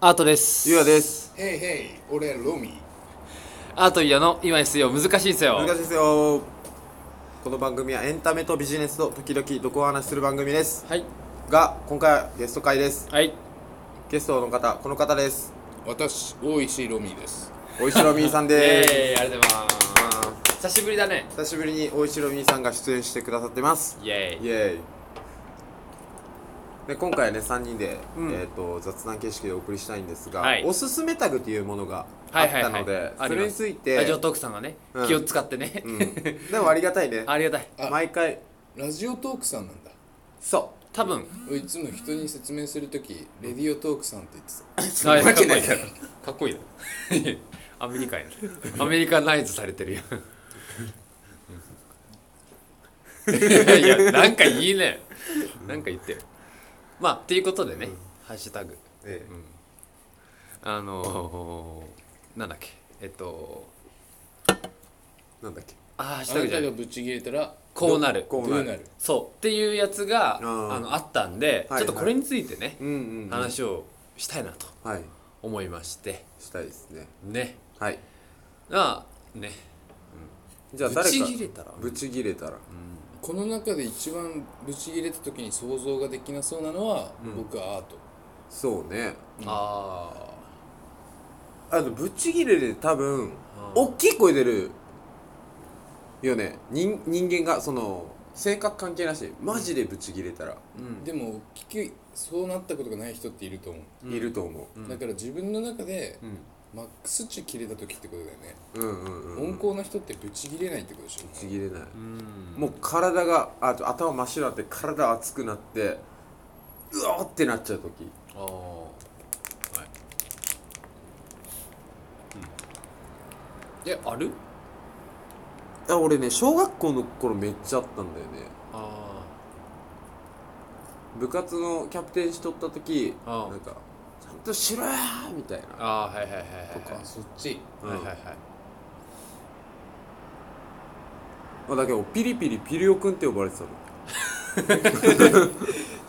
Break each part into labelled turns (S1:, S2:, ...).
S1: アートです
S2: ゆうやです
S3: ヘイヘイ、俺ロミ。
S1: アートゆうやの今 SEO 難しいんすよ
S2: 難しいですよこの番組はエンタメとビジネスと時々どこを話しする番組です
S1: はい
S2: が今回はゲスト会です
S1: はい
S2: ゲストの方この方です
S3: 私、大石ロミです。
S2: おいしろみーさん
S1: イエ
S2: で す
S1: ーイありがとうございます久しぶりだね
S2: 久しぶりにおいしろみーさんが出演してくださってます
S1: イエー
S2: イ
S1: イ
S2: エーイで今回はね3人で、えー、と雑談形式でお送りしたいんですが、
S1: はい
S2: おすすめタグというものがあ
S1: は
S2: っ
S1: いはいは
S2: た
S1: い
S2: ので、
S1: あり
S2: それ
S1: ま
S2: に
S1: す
S2: ついて
S1: ラジオトークさんがね
S2: うん
S1: 気を使ってね
S2: うん、でもありがたいね
S1: ありがたい
S3: あ
S2: 毎回
S3: ラジオトークさんなんだ。
S2: そ
S1: 多分
S3: 俺いつも人に説明するとき、レディオトークさんって言って
S1: かっ
S2: わけないだろ
S1: こいいかっこいいなアメリカやなアメリカナイズされてるよいやなんかいいねなんか言ってるまあっていうことでね、ハッシュタグ
S2: う、ええ
S1: あのー、なんだっけえっと
S2: なんだっけ
S1: ああハッシュ
S3: た。
S1: タ
S3: あ
S1: グじゃ
S3: なた
S1: な
S3: が
S1: い
S3: ぶち切れたら、
S1: こうなる
S2: こ
S3: ど
S2: うな
S3: う
S2: る
S3: なる。
S1: そうっていうやつが
S2: あー
S1: あのあったんで、
S2: はい
S1: ちょっとこれについてね、
S2: うんうん、うん、
S1: 話をしたいなと
S2: はい
S1: 思いまして
S2: したいですね
S1: ね
S2: はい
S1: あね
S2: じゃあ
S1: ぶ
S2: 誰
S1: ち
S2: か
S1: 切れたら
S2: ぶち切れたら、
S3: この中で一番ぶち切れたときに想像ができなそうなのは、僕はアート。
S2: そうね
S1: あ
S2: あのぶち切れで多分大きい声出るよね人人間がその性格関係なしマジでぶち切れたら、
S3: でも、聞き、そうなったことがない人っていると思う。
S2: いると思う、
S3: だから自分の中で、
S2: ん
S3: マックス値切れたときってことだよね。
S2: うんうんうんぶ
S3: 温厚な人ってぶち切れないってことでし
S2: ち
S3: ょ。
S2: 切れない、
S1: あうん
S2: もう体があ頭真っ白になって体熱くなってうわーってなっちゃう時
S1: ああはいうんえある
S2: あ俺ね小学校の頃めっちゃあったんだよね
S1: あ
S2: 部活のキャプテンしとった時
S1: ああ
S2: なんか「ちゃんとしろや!」みたい
S1: ー
S2: な
S1: あーはいはいはいはい
S2: とか
S1: は
S3: そっち。
S2: うん
S1: いはいはいはい
S2: あだけどピリピリピリオくんって呼ばれてたの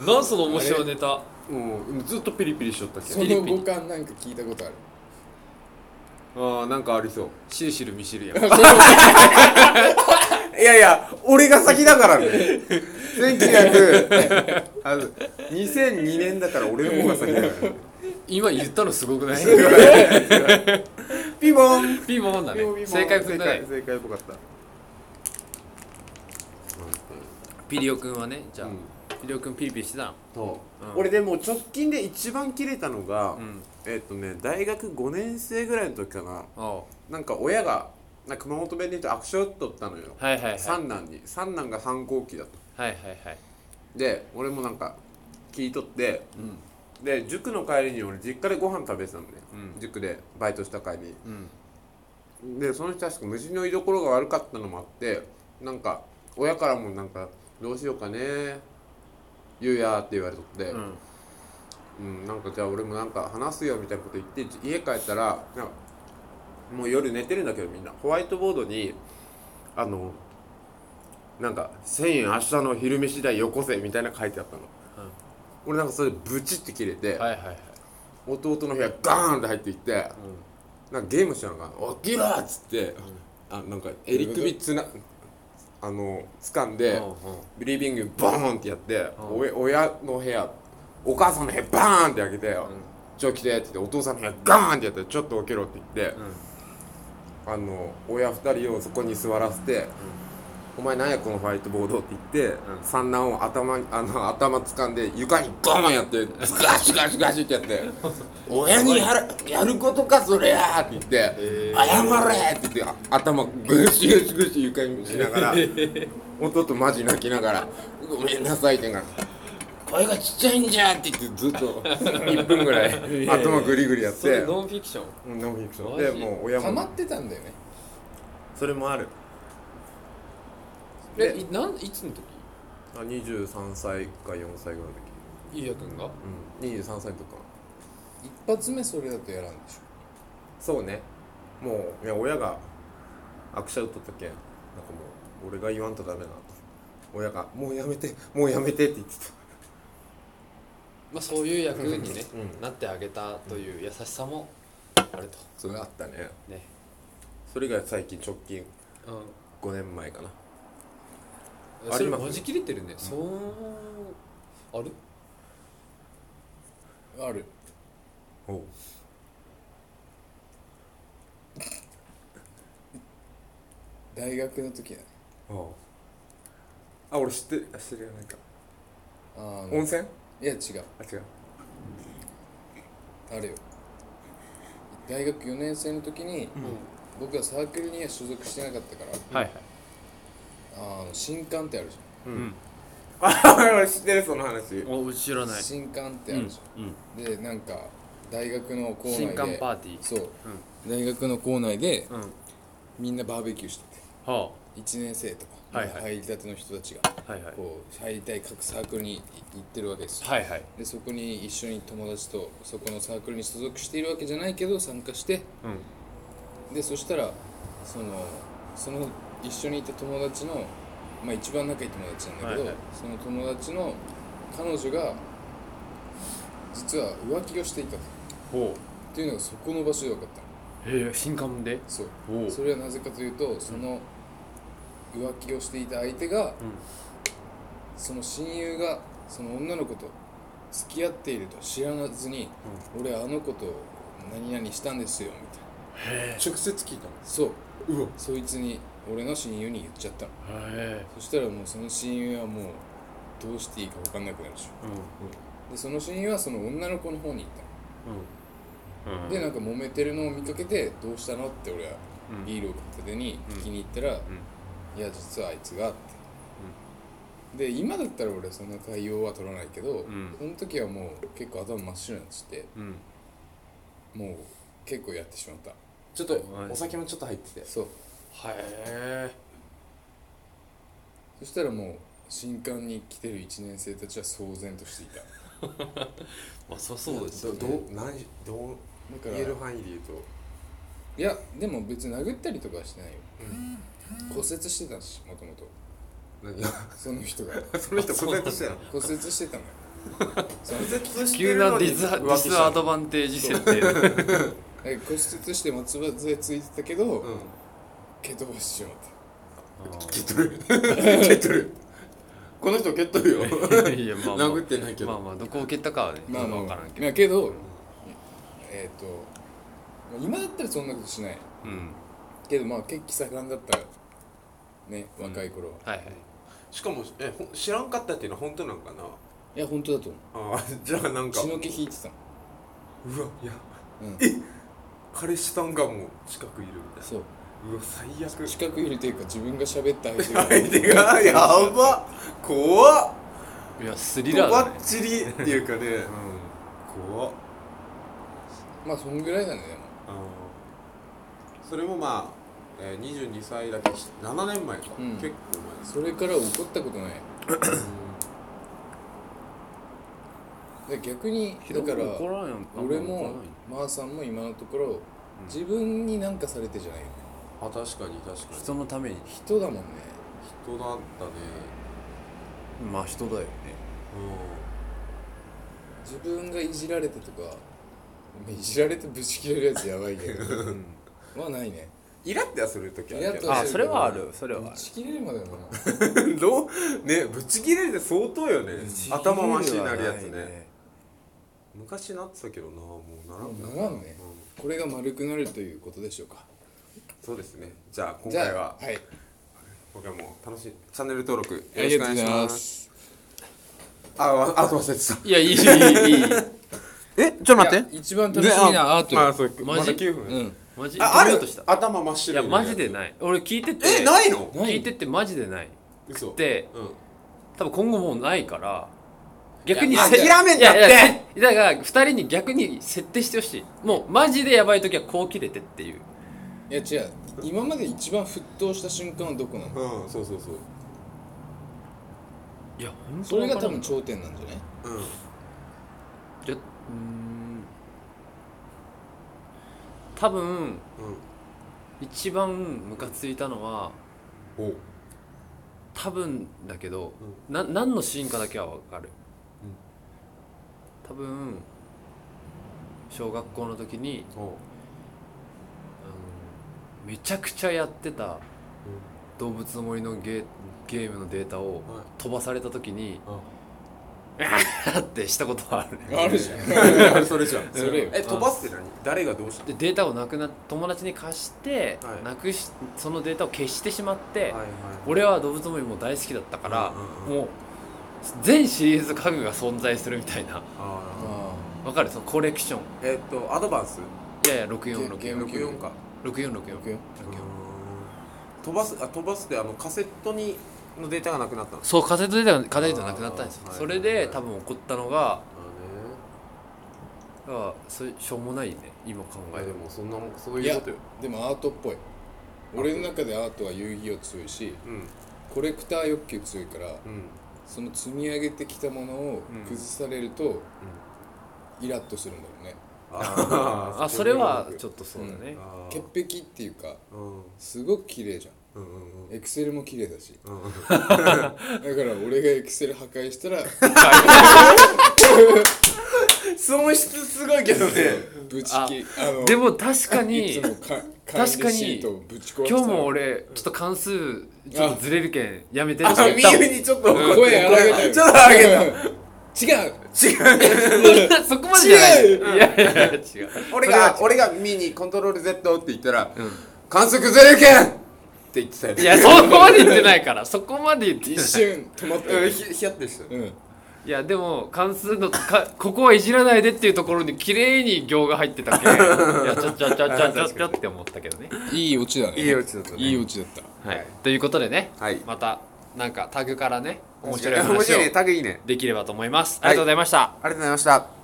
S1: 何その面白いネタ
S2: うんずっとピリピリしとったけ
S3: その五感なんか聞いたことあ る。
S2: ああなんかありそう
S1: シルシル見知るやん
S2: いやいや俺が先だからね1900あの2002年だから俺の方が先だからね
S1: 今言ったのすごくない
S2: ピボン
S1: ピンポンだね正解くんだね
S2: 正解っぽかった
S1: ピリオくんはねじゃあ、
S2: うん
S1: ピリオくんピリピリしてたの
S2: そう、
S1: うん
S2: 俺でも直近で一番切れたのが、
S1: ん
S2: えっとね大学5年生ぐらいの時かな
S1: あ
S2: なんか親がなんか熊本弁で言うと握手を取ったのよ、
S1: あはいはいはいはい
S2: 三男に三男が反抗期だと
S1: はいはい
S2: で俺もなんか聞いとって、で塾の帰りに俺実家でご飯食べてたのね、
S1: うん
S2: 塾でバイトした帰り
S1: うん
S2: でその人確か虫の居所が悪かったのもあってなんか親からもなんか「どうしようかねゆうや」って言われとって、
S1: うん
S2: うん、なんかじゃあ俺もなんか話すよみたいなこと言って家帰ったらなんかもう夜寝てるんだけどみんなホワイトボードにあのなんか「1000円明日の昼飯代よこせ」みたいなの書いてあったの、
S1: うん
S2: 俺なんかそれブチって切れて、
S1: はいはいはい
S2: 弟の部屋ガーンって入っていって、なんかゲームしてたのかな「起きろ!」っつって、あなんか襟首つなあの掴んで、
S1: うんうん
S2: リビングボーンってやって、おえ親の部屋お母さんの部屋バーンって開けて「ちょ来て」って言ってお父さんの部屋ガーンってやって「ちょっと起きろ」って言って、あの親二人をそこに座らせて「お前なんやこのホワイトボード」って言って、
S1: ん
S2: 三男を頭にあの頭掴んで床にゴーンやってズガシガシガシってやって「親にやるやることかそれや!」って言って「謝れ!」って言ってあ頭ぐしぐしぐし床にしながら。弟マジ泣きながら「ごめんなさい」って言うから「声がちっちゃいんじゃん」って言ってずっと1分ぐらい頭グリグリやっ
S1: それ
S2: て
S1: ノンフィクション
S2: うんノンフィクション
S1: マジ
S2: でもう親
S3: ハマっ
S2: も
S3: てたんだよね。
S2: それもある
S1: え
S2: で
S1: いなんいつの時
S2: あ23歳か4歳ぐらいの時
S1: ゆうやくんが
S2: うん23歳の時かな
S3: 一発目それだとやらんでし
S2: そうねもういや親が握手を取ったけんなんかもう俺が言わんとダメだなと親が「もうやめてもうやめて」って言ってた
S1: まあ、そういう役に、ね
S2: うん
S1: なってあげたという優しさもあると
S2: それがあったね
S1: ね、
S2: それが最近直近
S1: う、
S2: 5年前かなんあ
S1: それ
S2: ります
S1: マジ切れてるね、そうある
S3: ある
S2: おう
S3: 大学の時だね
S2: おうあ俺知ってる知ってるよなんか
S3: あ
S2: 温
S3: の
S2: 泉
S3: いや違う
S2: あ 違う
S3: あれよ大学4年生の時に、僕はサークルには所属してなかったから
S1: はいはい
S3: あの新刊ってあるじ
S1: う
S3: ゃ
S1: ん
S2: あ俺知ってるその話
S1: お知ら
S3: ん新刊ってあるじ
S1: うん
S3: ゃん、でなんか大学の校内で
S1: 新刊パーティー
S3: そう、大学の校内で
S1: うん
S3: みんなバーベキューしてて
S1: は
S3: 1年生とか、
S1: はいはい
S3: 入りたての人たちが
S1: あはいはい
S3: こう入りたい各サークルに行ってるわけですよ、
S1: はいはい
S3: でそこに一緒に友達とそこのサークルに所属しているわけじゃないけど参加して
S1: うん
S3: でそしたらそのその一緒にいた友達のまあ一番仲いい友達なんだけど、
S1: はいはい
S3: その友達の彼女が実は浮気をしていたと
S1: ほ
S3: っていうのがそこの場所で分かったの
S1: うへえ新刊で
S3: そう
S1: おう
S3: それはなぜかというとその浮気をしていた相手が、その親友がその女の子と付き合っていると知らずに、俺あの子と何々したんですよみたいな
S2: 直接聞いたの
S3: そう
S2: うわ
S3: そいつに俺の親友に言っちゃったの
S1: へえ
S3: そしたらもうその親友はもうどうしていいか分かんなくなるでしょ
S1: うん
S3: でその親友はその女の子の方に行ったの
S1: うんうん
S3: でなんか揉めてるのを見かけて「どうしたの?」って俺は
S1: うん
S3: ビールを片手に聞きに行ったら「いや実はあいつが」って、で今だったら俺はそんな対応は取らないけど、
S1: ん
S3: その時はもう結構頭真っ白になっちゃって
S1: うん
S3: もう結構やってしまった
S2: ちょっとお酒もちょっと入ってて
S3: そう
S1: へえ
S3: そしたらもう新刊に来てる1年生たちは騒然としていただ
S1: まあそうそうです
S2: ど
S1: よ
S2: ど
S1: ね
S2: う何どう
S3: か
S2: 言
S3: ら
S2: える範囲で言うと
S3: いやでも別に殴ったりとかはしてないよ、骨折してたしもともと
S2: 何
S3: その人が
S2: その人骨折してたの
S3: 骨折してたのよその
S1: 急なディスディスアドバンテージ設定
S3: え骨折して松葉杖ついてたけど、
S2: うん
S3: 蹴飛ばしてしまった
S2: 蹴っとる蹴っとるこの人蹴っとるよ
S1: いやまあまあ
S2: 殴ってないけど
S1: まあまあどこを蹴ったかはね
S3: まあまあ
S1: 分からんけ
S3: い
S1: ど
S3: やけど、えっ、とまあ今だったらそんなことしない
S1: うん
S3: けどまあ血気盛んだったらね若い頃は、
S1: はいはい
S2: しかもえほん知らんかったっていうのは本当なんかない
S3: や本当だと思
S2: ああ じゃあなん
S3: う
S2: か
S3: 血の気引いてたの
S2: うわいや、
S3: うん
S2: え彼氏さんがもう近くいるみたい
S3: そう
S2: なうわ最悪
S3: 近くいるというか自分が喋った相手が
S2: 相手がやば怖っ
S1: いやスリ
S2: と
S1: ラーだ
S2: ば
S1: ね
S2: っちりって いうかね、うん、怖っ
S3: まあそんぐらいだねでも
S2: それもまあ、えー、22歳だけし7年前か、
S3: う
S2: 結構
S3: ん
S2: 前です
S3: それから怒ったことないで逆にだから
S1: 怒らんよ
S3: 俺もまーさんも今のところ自分に何かされてじゃないよね
S2: あ確かに確かに
S1: 人のために
S3: 人だもんね
S2: 人だったね
S1: まあ人だよね
S3: 自分がいじられてとかいじられてぶち切れるやつやば いけど
S2: うん
S3: はないね
S2: イラッてはする時あるけ
S3: イラッと
S2: ど
S3: は
S1: あ
S3: す
S1: そ
S3: る
S1: れ
S3: けど
S1: はあるそれはあ
S3: ぶ
S1: る
S3: ち切れるまではな
S2: どうねぶち切れるって相当よね 頭ましになるやつね昔なってたけどなもうならん
S3: もうならんね
S2: う
S3: これが丸くなるということでしょうか
S2: そうですねじゃあ今
S3: じ
S2: 回
S3: ゃ
S2: は
S3: あはい
S2: 僕はもう楽しいチャンネル登録よ
S3: あ
S2: ろ
S3: り
S2: しく
S3: が
S2: お
S3: と
S2: 願いし
S3: うございま
S2: ます
S3: す
S2: あわあと忘れてた
S1: いやいいいいいい
S2: えちょっと
S3: いや一番楽しみなアート
S2: あ
S3: よ
S2: そう
S1: マ
S2: ま
S1: ジ
S2: だ9分
S3: うん
S1: マジ
S2: ああ
S1: 止めよ
S2: る
S1: うとした
S2: 頭真っ白
S1: いやマジで
S2: い
S1: ない俺聞いてて
S2: えないの
S3: ない
S1: 聞いててマジでない
S2: 嘘
S1: で
S2: うん
S1: 多分今後もうないから逆に
S2: いや
S1: せ
S2: 諦めんなって
S1: いやいやせだから2人に逆に設定してほしいもうマジでやばい時はこう切れてっていう
S3: いや違う今まで一番沸騰した瞬間はどこなの
S2: うんそうそうそう
S1: いや本当
S3: それが多分頂点なんじゃない
S2: うん
S1: いやうーん多分一番ムカついたのは
S2: うんお多
S1: 多分だけど、な何のシーンかだけは分かる、多分小学校の時に
S2: おう
S1: あのめちゃくちゃやってた動物の森のゲゲームのデータを
S2: はい
S1: 飛ばされた時に
S2: あ
S1: 「あっ!」てしたことはあるね
S3: あるじゃん
S2: あれそれじゃん
S3: それよ
S2: え飛ばすって何誰がどうした
S1: でデータをなくな友達に貸して、
S2: はい
S1: なくしそのデータを消してしまって、
S2: はいはい
S1: 俺は動物の森も大好きだったから、
S2: うんうん
S1: もう全シリーズ家具が存在するみたいな
S2: あ
S3: あ
S1: わかるそのコレクション
S2: ーえっとアドバンス
S1: いやいや
S3: ゲーム
S1: 64646464
S2: 64か
S3: 64
S2: 飛ばすあ飛ばすってあのカセットにのデータがなくなったんです
S1: そうカセットデータがカセットデータがなくなったんですよ、
S2: あーはい
S1: それ
S2: はいは
S1: で
S2: い
S1: 多分起こったのが
S2: あね
S1: だからそういうしょうもないね今考え
S2: あ
S1: る
S2: でもそんなもんそう
S3: い
S2: いう
S3: や
S2: ことよ
S3: でもアートっぽい俺の中でアートは遊戯王強いし
S2: うん
S3: コレクター欲求強いから
S2: うん
S3: その積み上げてきたものを崩されるとイラッとするんだろうね
S2: あ
S1: あそれはち
S2: ょっ
S1: ょっとそうだね、
S3: 潔癖っていうか
S2: うん
S3: すごく綺麗じゃん
S2: うんうんうん
S3: エクセルも綺麗だし
S2: うん
S3: だから俺がエクセル破壊したら
S2: 損失すごいけどね
S3: ぶち切りあの
S1: でも確かに
S3: いつもか管理
S1: 確かに
S3: シートをぶち壊した
S1: 今
S3: ら
S1: 日も俺ちょっと関数ちょっとずれるけんやめてって
S2: あ
S1: 言ったもん
S2: 右にちょっと怒って
S3: 声荒げたよ
S2: ちょっと荒 げた
S3: た違う
S1: そこまでじゃない
S2: 違
S1: いやいや違う
S2: 俺
S1: それ
S2: が
S1: は
S2: 俺がミにコントロール Z って言ったら
S1: うん
S2: 観測ゼロけんって言ってたよね
S1: いやそこまで言ってないからそこまで言って
S3: 一
S1: ない
S3: 瞬止まった よ
S2: うんひひやってしたよ
S3: うん
S1: いやでも関数のかここはいじらないでっていうところに綺麗に行が入ってたけんいやちゃちゃちゃちゃちゃちゃって思ったけどね
S3: いいオチだね
S2: いいオチだったね
S3: いいオチだった
S1: はいということでね、
S2: はい
S1: またなんかタグからね面白い
S2: 面
S1: 話
S2: 白
S1: を
S2: いねタグいいね
S1: できればと思います、あり
S2: はい
S1: がとうございました
S2: ありがとうございました